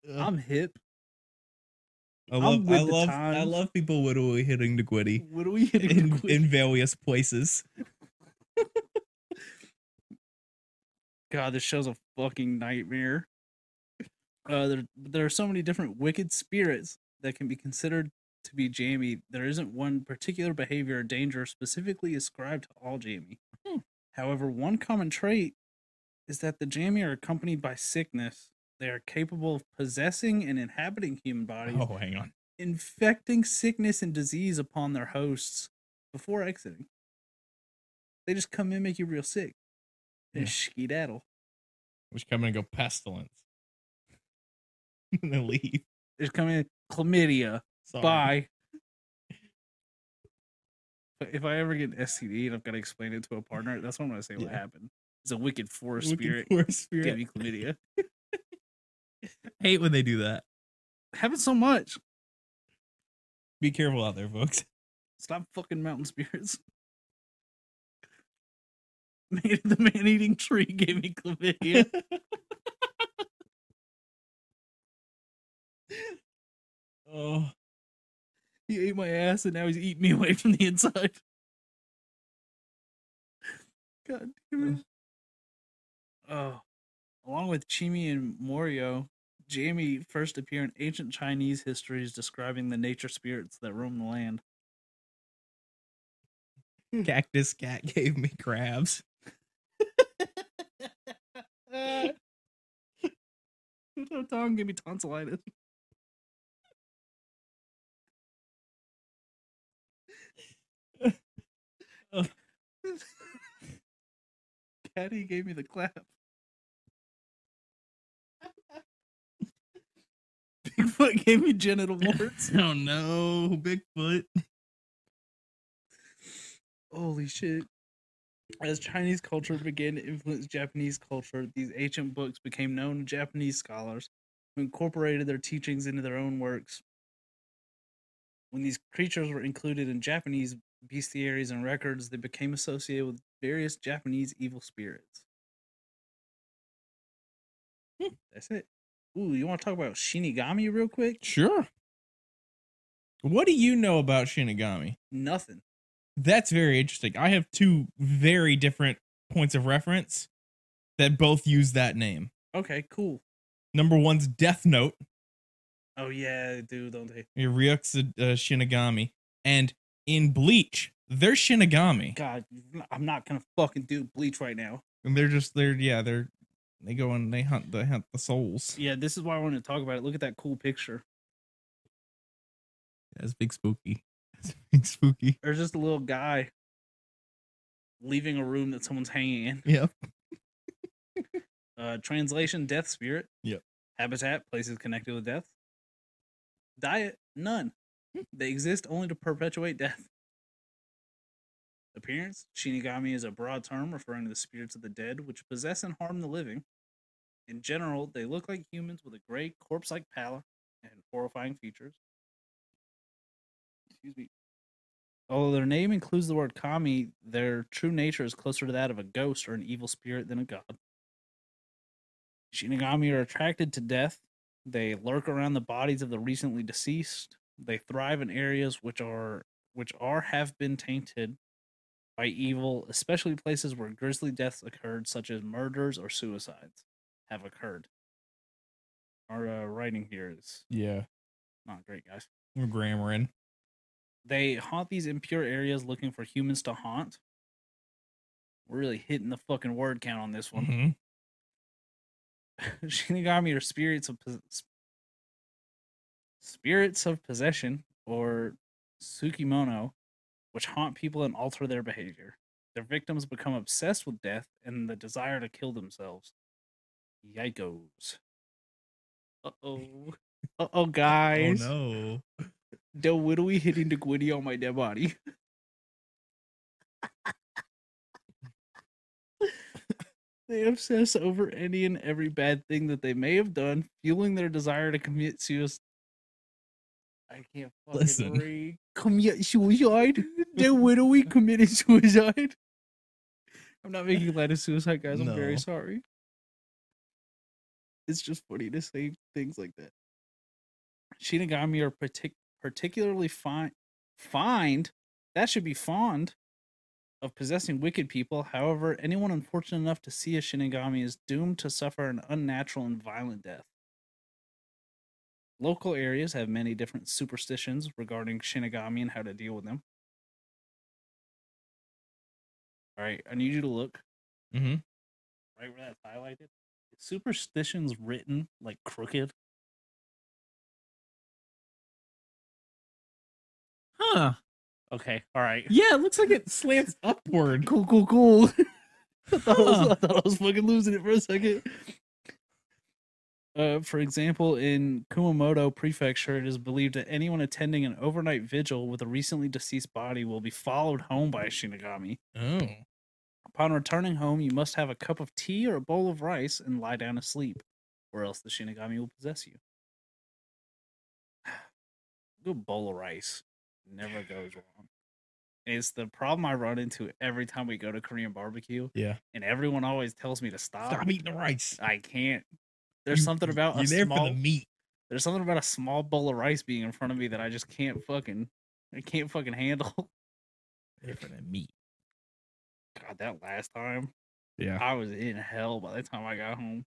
S1: Uh,
S2: I'm hip.
S1: I love,
S2: with
S1: I
S2: the
S1: love, I
S2: times.
S1: love people wittily hitting the gritty
S2: What are we hitting? the
S1: in,
S2: gritty?
S1: in various places.
S2: God, this show's a fucking nightmare. Uh, there, there are so many different wicked spirits that can be considered to be Jamie. There isn't one particular behavior or danger specifically ascribed to all Jamie.
S1: Hmm.
S2: However, one common trait is that the Jamie are accompanied by sickness. They are capable of possessing and inhabiting human bodies,
S1: Oh, hang on.
S2: infecting sickness and disease upon their hosts before exiting. They just come in, make you real sick, and
S1: Yeah.
S2: skedaddle.
S1: Which come in and go pestilence. [LAUGHS] and then leave.
S2: There's coming in chlamydia.
S1: Sorry.
S2: Bye. But if I ever get an STD and I've got to explain it to a partner, that's what I'm gonna say. What
S1: Yeah.
S2: happened? It's a wicked forest
S1: Looking
S2: spirit
S1: for a spirit.
S2: gave me chlamydia.
S1: I hate when they do that.
S2: Happens so much.
S1: Be careful out there, folks.
S2: Stop fucking mountain [LAUGHS] spirits. Man, the man-eating tree gave me chlamydia.
S1: Oh,
S2: he ate my ass, and now he's eating me [LAUGHS] away from the inside. God damn it! Oh, along with Chimi and Morio, Jamie first appear in ancient Chinese histories describing the nature spirits that roam the land.
S1: [LAUGHS] cactus cat gave me [LAUGHS] crabs.
S2: [LAUGHS] No tongue give me tonsillitis. Caddy gave me the clap. Bigfoot gave me genital warts.
S1: oh no, Bigfoot.
S2: Holy shit. As Chinese culture began to influence Japanese culture, these ancient books became known to Japanese scholars who incorporated their teachings into their own works. When these creatures were included in Japanese bestiaries, and records that became associated with various Japanese evil spirits. Hmm, That's it. Ooh, you want to talk about Shinigami real quick?
S1: Sure. What do you know about Shinigami?
S2: Nothing.
S1: That's very interesting. I have two very different points of reference that both use that name.
S2: Okay, cool.
S1: Number one's Death Note,
S2: Oh yeah, they do don't they?
S1: Ryuk's a, a Shinigami, and in Bleach, they're Shinigami.
S2: God, I'm not gonna fucking do bleach right now.
S1: And they're just they're yeah, they're they go and they hunt they hunt the souls.
S2: Yeah, this is why I wanted to talk about it. Look at that cool picture.
S1: That's big spooky. That's big spooky.
S2: There's just a little guy leaving a room that someone's hanging in.
S1: Yeah.
S2: Uh, translation: Death spirit.
S1: Yep.
S2: Habitat: places connected with death. Diet: none. They exist only to perpetuate death. Appearance: Shinigami is a broad term referring to the spirits of the dead, which possess and harm the living. In general, they look like humans with a gray, corpse-like pallor and horrifying features. Excuse me. Although their name includes the word kami, their true nature is closer to that of a ghost or an evil spirit than a god. Shinigami are attracted to death. They lurk around the bodies of the recently deceased. They thrive in areas which are which are have been tainted by evil, especially places where grisly deaths occurred, such as murders or suicides have occurred. Our uh, writing here is
S1: Yeah.
S2: not great, guys.
S1: We're grammaring.
S2: They haunt these impure areas looking for humans to haunt. We're really hitting the fucking word count on this one.
S1: Mhm.
S2: [LAUGHS] Shinigami are spirits of pos- spirits of possession or tsukimono, which haunt people and alter their behavior. Their victims become obsessed with death and the desire to kill themselves. Yikes. Uh [LAUGHS] oh. Uh oh, guys.
S1: Oh
S2: The widowy hitting the gwitty on my dead body. they obsess over any and every bad thing that they may have done, fueling their desire to commit suicide. I can't fucking
S1: Listen.
S2: read. Commit suicide? the widowy committed suicide? I'm not making light of suicide, guys. I'm
S1: No.
S2: very sorry. It's just funny to say things like that. Shinigami are partic- particularly fine. Find that should be fond of possessing wicked people. However, anyone unfortunate enough to see a Shinigami is doomed to suffer an unnatural and violent death. Local areas have many different superstitions regarding Shinigami and how to deal with them. All right, I need you to look
S1: no.
S2: Mm-hmm.
S1: hmm
S2: right where that's highlighted. Is superstitions written like crooked?
S1: Huh.
S2: Okay, all right.
S1: Yeah, it looks like it slants upward.
S2: Cool, cool, cool. [LAUGHS] I, thought I, was,
S1: Huh.
S2: I thought I was fucking losing it for a second. Uh, for example, in Kumamoto Prefecture, it is believed that anyone attending an overnight vigil with a recently deceased body will be followed home by a Shinigami.
S1: Oh.
S2: Upon returning home, you must have a cup of tea or a bowl of rice and lie down to sleep, or else the Shinigami will possess you. [SIGHS] Good bowl of rice never goes wrong. It's the problem I run into every time we go to Korean barbecue,
S1: Yeah.
S2: and everyone always tells me to stop.
S1: Stop eating the rice.
S2: I can't. There's
S1: You-
S2: something about
S1: You're
S2: a
S1: there
S2: small.
S1: for the meat.
S2: There's something about a small bowl of rice being in front of me that I just can't fucking. I can't fucking handle. [LAUGHS]
S1: There for the meat.
S2: God, that last time.
S1: Yeah.
S2: I was in hell by the time I got home.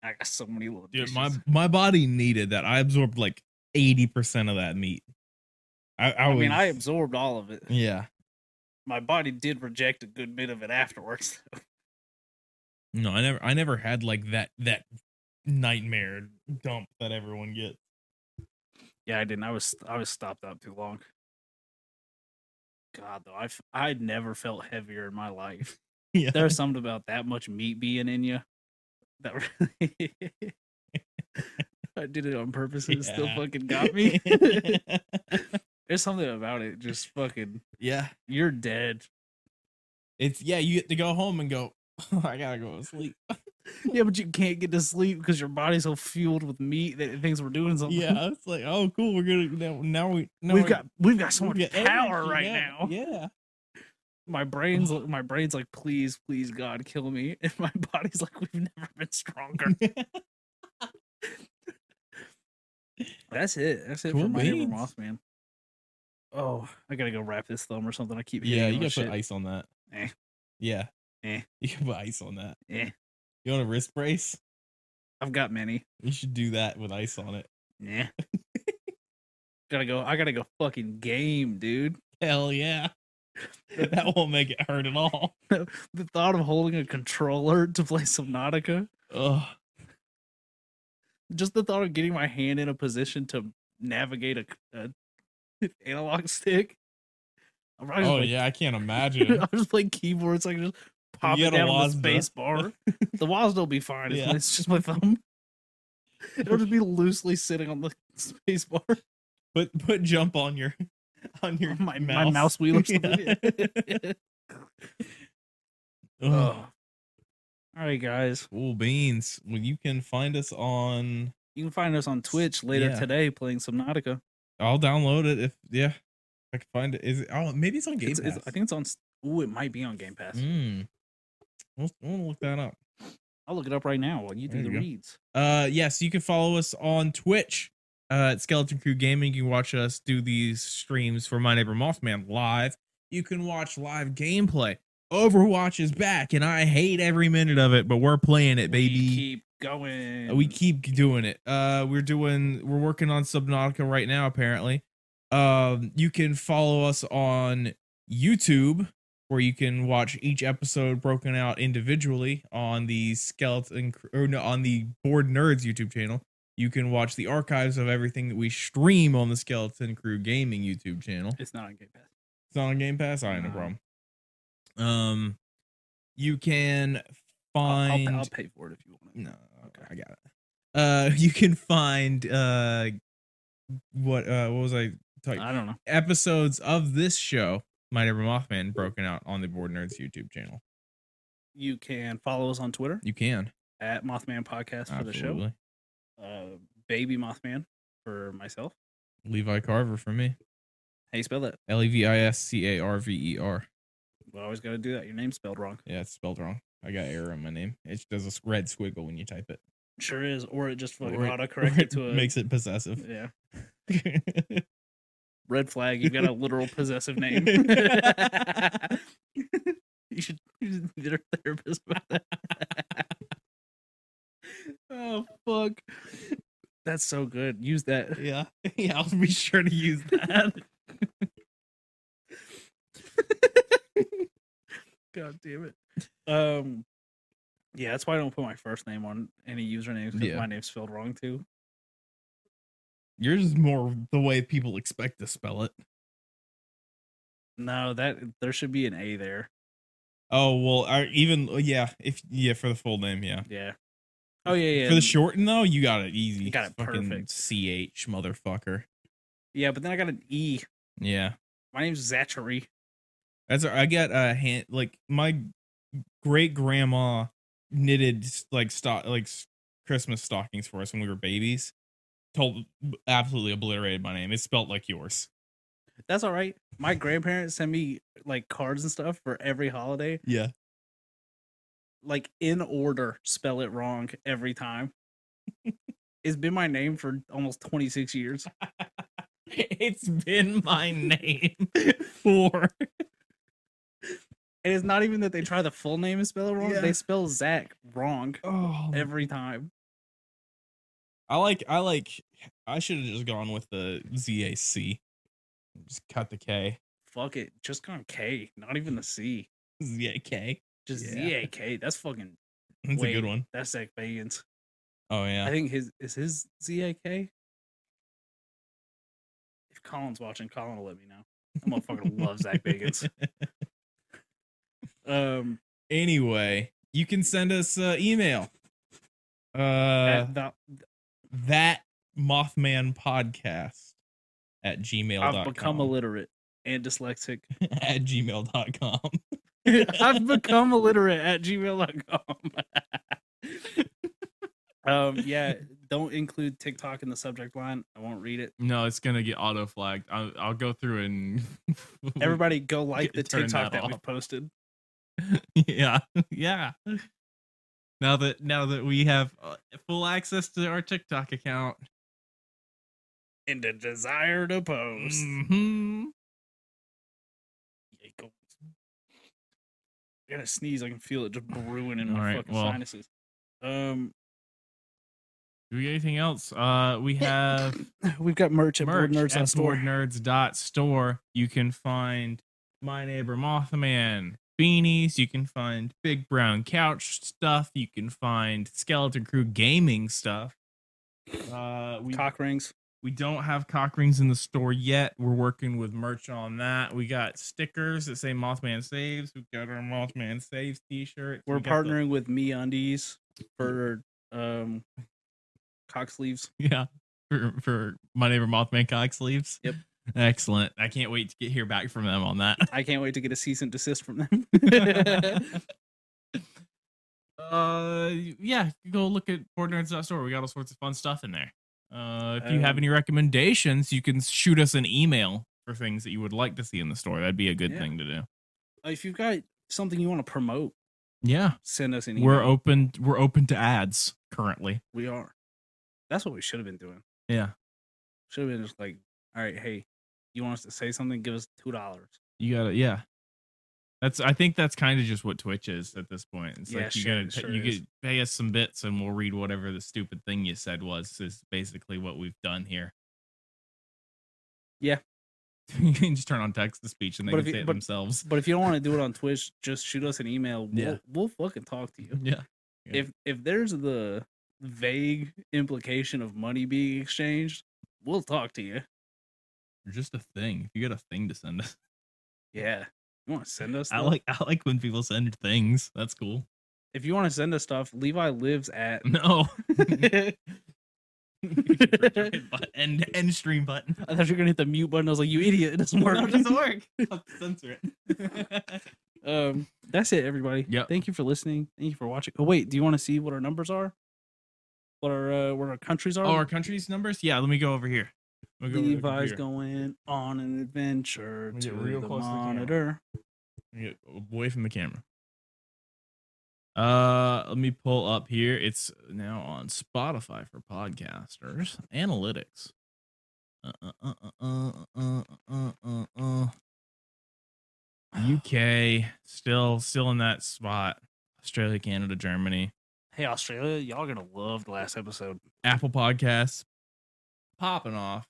S2: I got so many little
S1: Dude,
S2: dishes.
S1: my my body needed that. I absorbed like eighty percent of that meat. I, I,
S2: I
S1: was,
S2: mean, I absorbed all of it.
S1: Yeah.
S2: My body did reject a good bit of it afterwards.
S1: No, I never I never had like that that nightmare dump that everyone gets. [LAUGHS]
S2: yeah, I didn't. I was I was stopped out too long. God, though, I've I never felt heavier in my life.
S1: Yeah. [LAUGHS]
S2: There's something about that much meat being in you that [LAUGHS] really. I did it on purpose and it still
S1: Yeah.
S2: fucking got me. There's something about it, just fucking. [LAUGHS]
S1: yeah.
S2: You're dead.
S1: [LAUGHS] It's yeah, you get to go home and go, I gotta go to sleep.
S2: yeah, but you can't get to sleep because your body's so fueled with meat that it thinks we're doing something.
S1: yeah, it's like, oh, cool. We're gonna now, now we now
S2: [LAUGHS] we've
S1: we-
S2: got we've got so
S1: we've
S2: much
S1: got
S2: power
S1: energy
S2: right now. [LAUGHS]
S1: Yeah, [LAUGHS]
S2: My brain's li- my brain's like, please, please, God, kill me, [LAUGHS] and my body's like, we've never
S1: [LAUGHS]
S2: been stronger. That's it. That's it
S1: Cool
S2: for my hammer
S1: beans.
S2: moth man. Oh, I gotta go wrap this thumb or something. I keep
S1: yeah.
S2: hitting it
S1: You
S2: with
S1: gotta put
S2: shit.
S1: ice on that.
S2: Eh.
S1: Yeah.
S2: Eh.
S1: You can put ice on that.
S2: Eh,
S1: You want a wrist brace?
S2: I've got many.
S1: You should do that with ice on it. [LAUGHS]
S2: Yeah. gotta go. I gotta go. Fucking game, dude. [LAUGHS]
S1: Hell yeah. [LAUGHS] that won't make it hurt at all.
S2: The thought of holding a controller to play Subnautica.
S1: Ugh.
S2: Just the thought of getting my hand in a position to navigate a, a [LAUGHS] analog stick. I'm probably just
S1: Oh
S2: like-
S1: yeah, I can't imagine.
S2: [LAUGHS] I'll just play keyboards. I can just pop
S1: get
S2: it
S1: a
S2: down on the
S1: Wazda. [LAUGHS]
S2: space bar. The WASD will be fine. It's,
S1: Yeah.
S2: it's just my thumb. [LAUGHS] It'll just be loosely sitting on the [LAUGHS] space bar.
S1: Put put jump on your [LAUGHS] on your
S2: Oh, My
S1: mouse.
S2: mouse, my mouse wheel or
S1: [LAUGHS] Yeah.
S2: something.
S1: Ugh.
S2: Oh. All right, guys.
S1: Cool beans. Well, you can find us on.
S2: You can find us on Twitch later
S1: Yeah.
S2: today playing Subnautica.
S1: I'll download it if yeah, if I can find it. Is it? Oh, maybe it's on Game
S2: It's,
S1: Pass.
S2: it's, I think it's on. Oh, it might be on Game Pass.
S1: Mm. We'll, we'll look that up.
S2: I'll look it up right now while you do
S1: There
S2: the
S1: you go.
S2: reads.
S1: Uh, yes, you can follow us on Twitch uh, at Skeleton Crew Gaming. You can watch us do these streams for My Neighbor Mothman live. You can watch live gameplay. Overwatch is back, and I hate every minute of it, but we're playing it, baby. Oh,
S2: We keep going.
S1: Uh, we keep doing it uh we're doing we're working on subnautica right now apparently um you can follow us on youtube where you can watch each episode broken out individually on the skeleton Cr- or no on the board nerds youtube channel you can watch the archives of everything that we stream on the skeleton crew gaming youtube channel
S2: It's not on Game Pass.
S1: it's not on game pass i ain't no
S2: No.
S1: problem um you can
S2: I'll, I'll
S1: find
S2: pa- I'll pay for it if you want it.
S1: no, okay, I got it. Uh, [LAUGHS] you can find uh, what uh, what was I talking?
S2: I don't know.
S1: Episodes of this show, My Neighbor Mothman, broken out on the Board Nerds YouTube channel.
S2: You can follow us on Twitter
S1: You can
S2: at Mothman Podcast for the
S1: absolutely
S2: show. Uh, Baby Mothman for myself.
S1: Levi Carver for me.
S2: How you spell that?
S1: L e v i s c a r v e r.
S2: Well, I always got to do that. Your name's spelled wrong.
S1: Yeah, it's spelled wrong. I got error in my name. It does a s- red squiggle when you type it.
S2: Sure is, or it just fucking
S1: [LAUGHS] Or it-
S2: auto
S1: or
S2: corrected
S1: it
S2: to a
S1: makes it possessive.
S2: yeah [LAUGHS]
S1: [LAUGHS]
S2: red flag. You've got a literal
S1: [LAUGHS]
S2: possessive name. [LAUGHS] you should you should get a therapist about that. [LAUGHS] oh fuck, that's so good. Use that.
S1: yeah, yeah. I'll be sure to use that.
S2: God damn it. Um, yeah, that's why I don't put my first name on any usernames 'cause
S1: Yeah.
S2: my name's spelled wrong too.
S1: Yours is more the way people expect to spell it.
S2: No, that there should be an A there.
S1: Oh well, I even yeah, if yeah for the full name, yeah.
S2: Yeah. Oh yeah, yeah.
S1: For the
S2: and-
S1: shorten though, you got it easy.
S2: You got it
S1: Fucking
S2: perfect.
S1: Ch motherfucker.
S2: Yeah, but then I got an E.
S1: Yeah,
S2: My name's Zachary.
S1: that's I got a hand like my great grandma knitted like stock like s- Christmas stockings for us when we were babies. Told absolutely obliterated my name. It's spelt like yours.
S2: That's all right. My grandparents send me like cards and stuff for every holiday,
S1: Yeah,
S2: like in order, spell it wrong every time. [LAUGHS] it's been my name for almost 26 years.
S1: it's been my name for
S2: And it's not even that they try the full name and spell it wrong.
S1: Yeah.
S2: They spell Zach wrong
S1: oh
S2: every time.
S1: I like I like I should have just gone with the ZAC. Just cut the
S2: [LAUGHS]
S1: K.
S2: Fuck it. Just gone K, not even the C.
S1: ZAK.
S2: Just
S1: Yeah.
S2: ZAK. That's fucking,
S1: That's a
S2: Wait.
S1: good one.
S2: that's Zach Bagans.
S1: Oh
S2: I
S1: yeah.
S2: think his is his ZAK. If Colin's watching, Colin will let me know. That motherfucker loves Zach Bagans. Um,
S1: [LAUGHS] Anyway, you can send us uh, email. Uh
S2: at the-
S1: that Mothman podcast at gmail.com.
S2: I've become illiterate
S1: [LAUGHS]
S2: and dyslexic.
S1: at gmail.com.
S2: [LAUGHS]
S1: [LAUGHS]
S2: I've become illiterate at gmail.com. [LAUGHS] um, yeah, don't include TikTok in the subject line. I won't
S1: [LAUGHS]
S2: read it.
S1: No, it's gonna get auto flagged. I'll, I'll go through and [LAUGHS]
S2: Everybody, go like the
S1: Turn
S2: TikTok
S1: that
S2: that, we
S1: off.
S2: posted.
S1: [LAUGHS] yeah, yeah. Now that now that we have uh, full access to our TikTok account,
S2: And the desire to post.
S1: mhm.
S2: Yikes. I gotta sneeze. I can feel it just brewing in my
S1: Alright,
S2: fucking
S1: well.
S2: sinuses. Um,
S1: do we get anything else? Uh, we
S2: [LAUGHS]
S1: have
S2: [LAUGHS] we've got merch at
S1: merch
S2: Board Nerds
S1: at
S2: at Store.
S1: boardnerds.store. You can find My Neighbor Mothman beanies. You can find Big Brown Couch stuff. You can find Skeleton Crew gaming stuff. Uh, we
S2: Cock rings.
S1: we don't have cock rings in the store yet. We're working with merch on that. We got stickers that say Mothman Saves. We've got our Mothman Saves T-shirt.
S2: We're partnering with Me Undies for um cock sleeves.
S1: yeah, for for my neighbor Mothman cock sleeves.
S2: Yep.
S1: Excellent. I can't wait to get hear back from them on
S2: [LAUGHS]
S1: that.
S2: I can't wait to get a cease and desist from them.
S1: uh, yeah, go look at boardnerds.store. We got all sorts of fun stuff in there. Uh, if you have
S2: Um,
S1: any recommendations, you can shoot us an email for things that you would like to see in the store. That'd be a good
S2: Yeah.
S1: thing to do.
S2: [LAUGHS] if you've got something you want to promote,
S1: Yeah,
S2: send us an email.
S1: we're open. We're open to ads currently.
S2: we are. That's what we should have been doing.
S1: Yeah,
S2: Should have been just like, all right, hey, you want us to say something? Give us two dollars.
S1: you gotta. Yeah, that's. I think that's kind of just what Twitch is at this point. It's
S2: Yeah,
S1: like you
S2: sure,
S1: gotta.
S2: it sure
S1: you
S2: is.
S1: get pay us some bits, and we'll read whatever the stupid thing you said was. Is basically what we've done here.
S2: Yeah.
S1: [LAUGHS] you can just turn on text to speech, and they
S2: But
S1: can
S2: if you-
S1: say it
S2: but- [LAUGHS]
S1: themselves.
S2: But if you don't want to do it on Twitch, just shoot us an email. We'll,
S1: Yeah.
S2: we'll fucking talk to you.
S1: Yeah. Yeah.
S2: If if there's the vague implication of money being exchanged, we'll talk to you.
S1: You're just a thing. If you got a thing to send us,
S2: Yeah. You want to send us?
S1: I
S2: stuff?
S1: like. I like when people send things. That's cool. [LAUGHS]
S2: if you want to send us stuff, Levi lives at. [LAUGHS]
S1: No.
S2: I
S1: end end stream button.
S2: thought you were gonna hit the mute button. I was like, "You idiot! It doesn't work."
S1: [LAUGHS] No, it doesn't work. I'll have to censor it.
S2: [LAUGHS] um, that's it, everybody.
S1: Yep.
S2: Thank you for listening. Thank you for watching. Oh wait, do you want to see what our numbers are? What our uh, what our countries are?
S1: [LAUGHS] oh, our country's numbers? Yeah, let me go over here. Let me over to the
S2: Levi's
S1: computer.
S2: going on an adventure
S1: Let me
S2: to
S1: get real
S2: the
S1: close to the camera.
S2: monitor.
S1: Let me Get away from the camera. Uh, let me pull up here. It's now on Spotify for podcasters. Analytics. Uh, uh, uh, uh, uh, uh, uh, uh, uh. UK still still in that spot. Australia, Canada, Germany.
S2: Hey Australia, y'all gonna love the last episode.
S1: Apple Podcasts popping off.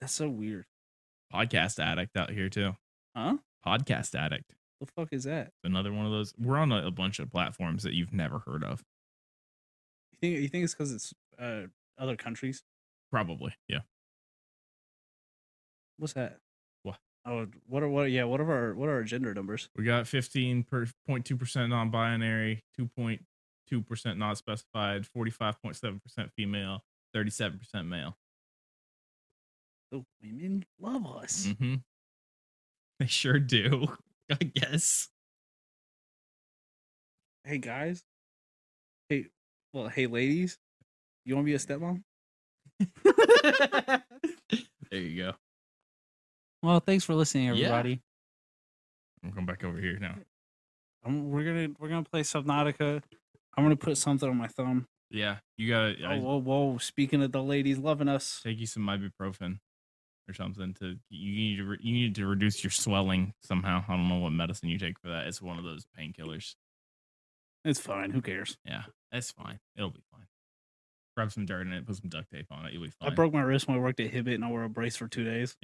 S2: That's so weird.
S1: Podcast Addict out here too.
S2: Huh?
S1: Podcast Addict.
S2: The fuck is that?
S1: Another one of those. We're on a, a bunch of platforms that you've never heard of.
S2: You think you think it's because it's uh, other countries?
S1: Probably. Yeah.
S2: What's that?
S1: What?
S2: Oh, what are what? Yeah, what are our what are our gender numbers?
S1: We got 15.2% non binary, 2.2% non specified, 45.7% female, 37% male.
S2: The women love us.
S1: hmm They sure do. [LAUGHS] I guess. Mm-hmm.
S2: Hey guys. Hey, well, hey ladies. You want to be a stepmom?
S1: there you go.
S2: Well, thanks for listening,
S1: Yeah.
S2: everybody.
S1: I'm going back over here now.
S2: I'm, Um, we're gonna we're gonna play Subnautica. I'm gonna put something on my thumb.
S1: Yeah. You got
S2: Oh, whoa, whoa! Speaking of the ladies loving us,
S1: take you some ibuprofen or something to you need to re, you need to reduce your swelling somehow. I don't know what medicine you take for that. It's one of those painkillers.
S2: it's fine. Who cares?
S1: Yeah, that's fine. It'll be fine. Rub some dirt in it, put some duct tape on it. You'll be fine.
S2: I broke my wrist when I worked at Hibbit, and I wore a brace for two days.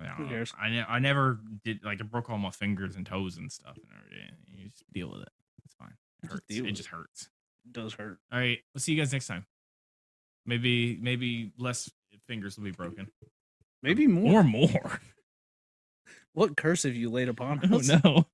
S1: I don't
S2: who
S1: know.
S2: cares?
S1: I, ne- I never did like I broke all my fingers and toes and stuff and everything. You just deal with it. It's fine. It
S2: Just
S1: hurts.
S2: deal
S1: it
S2: with
S1: just hurts.
S2: It does hurt.
S1: All right. We'll see you guys next time. Maybe maybe less fingers will be broken
S2: Maybe more.
S1: or more. [LAUGHS]
S2: What curse have you laid upon
S1: Oh
S2: us?
S1: no.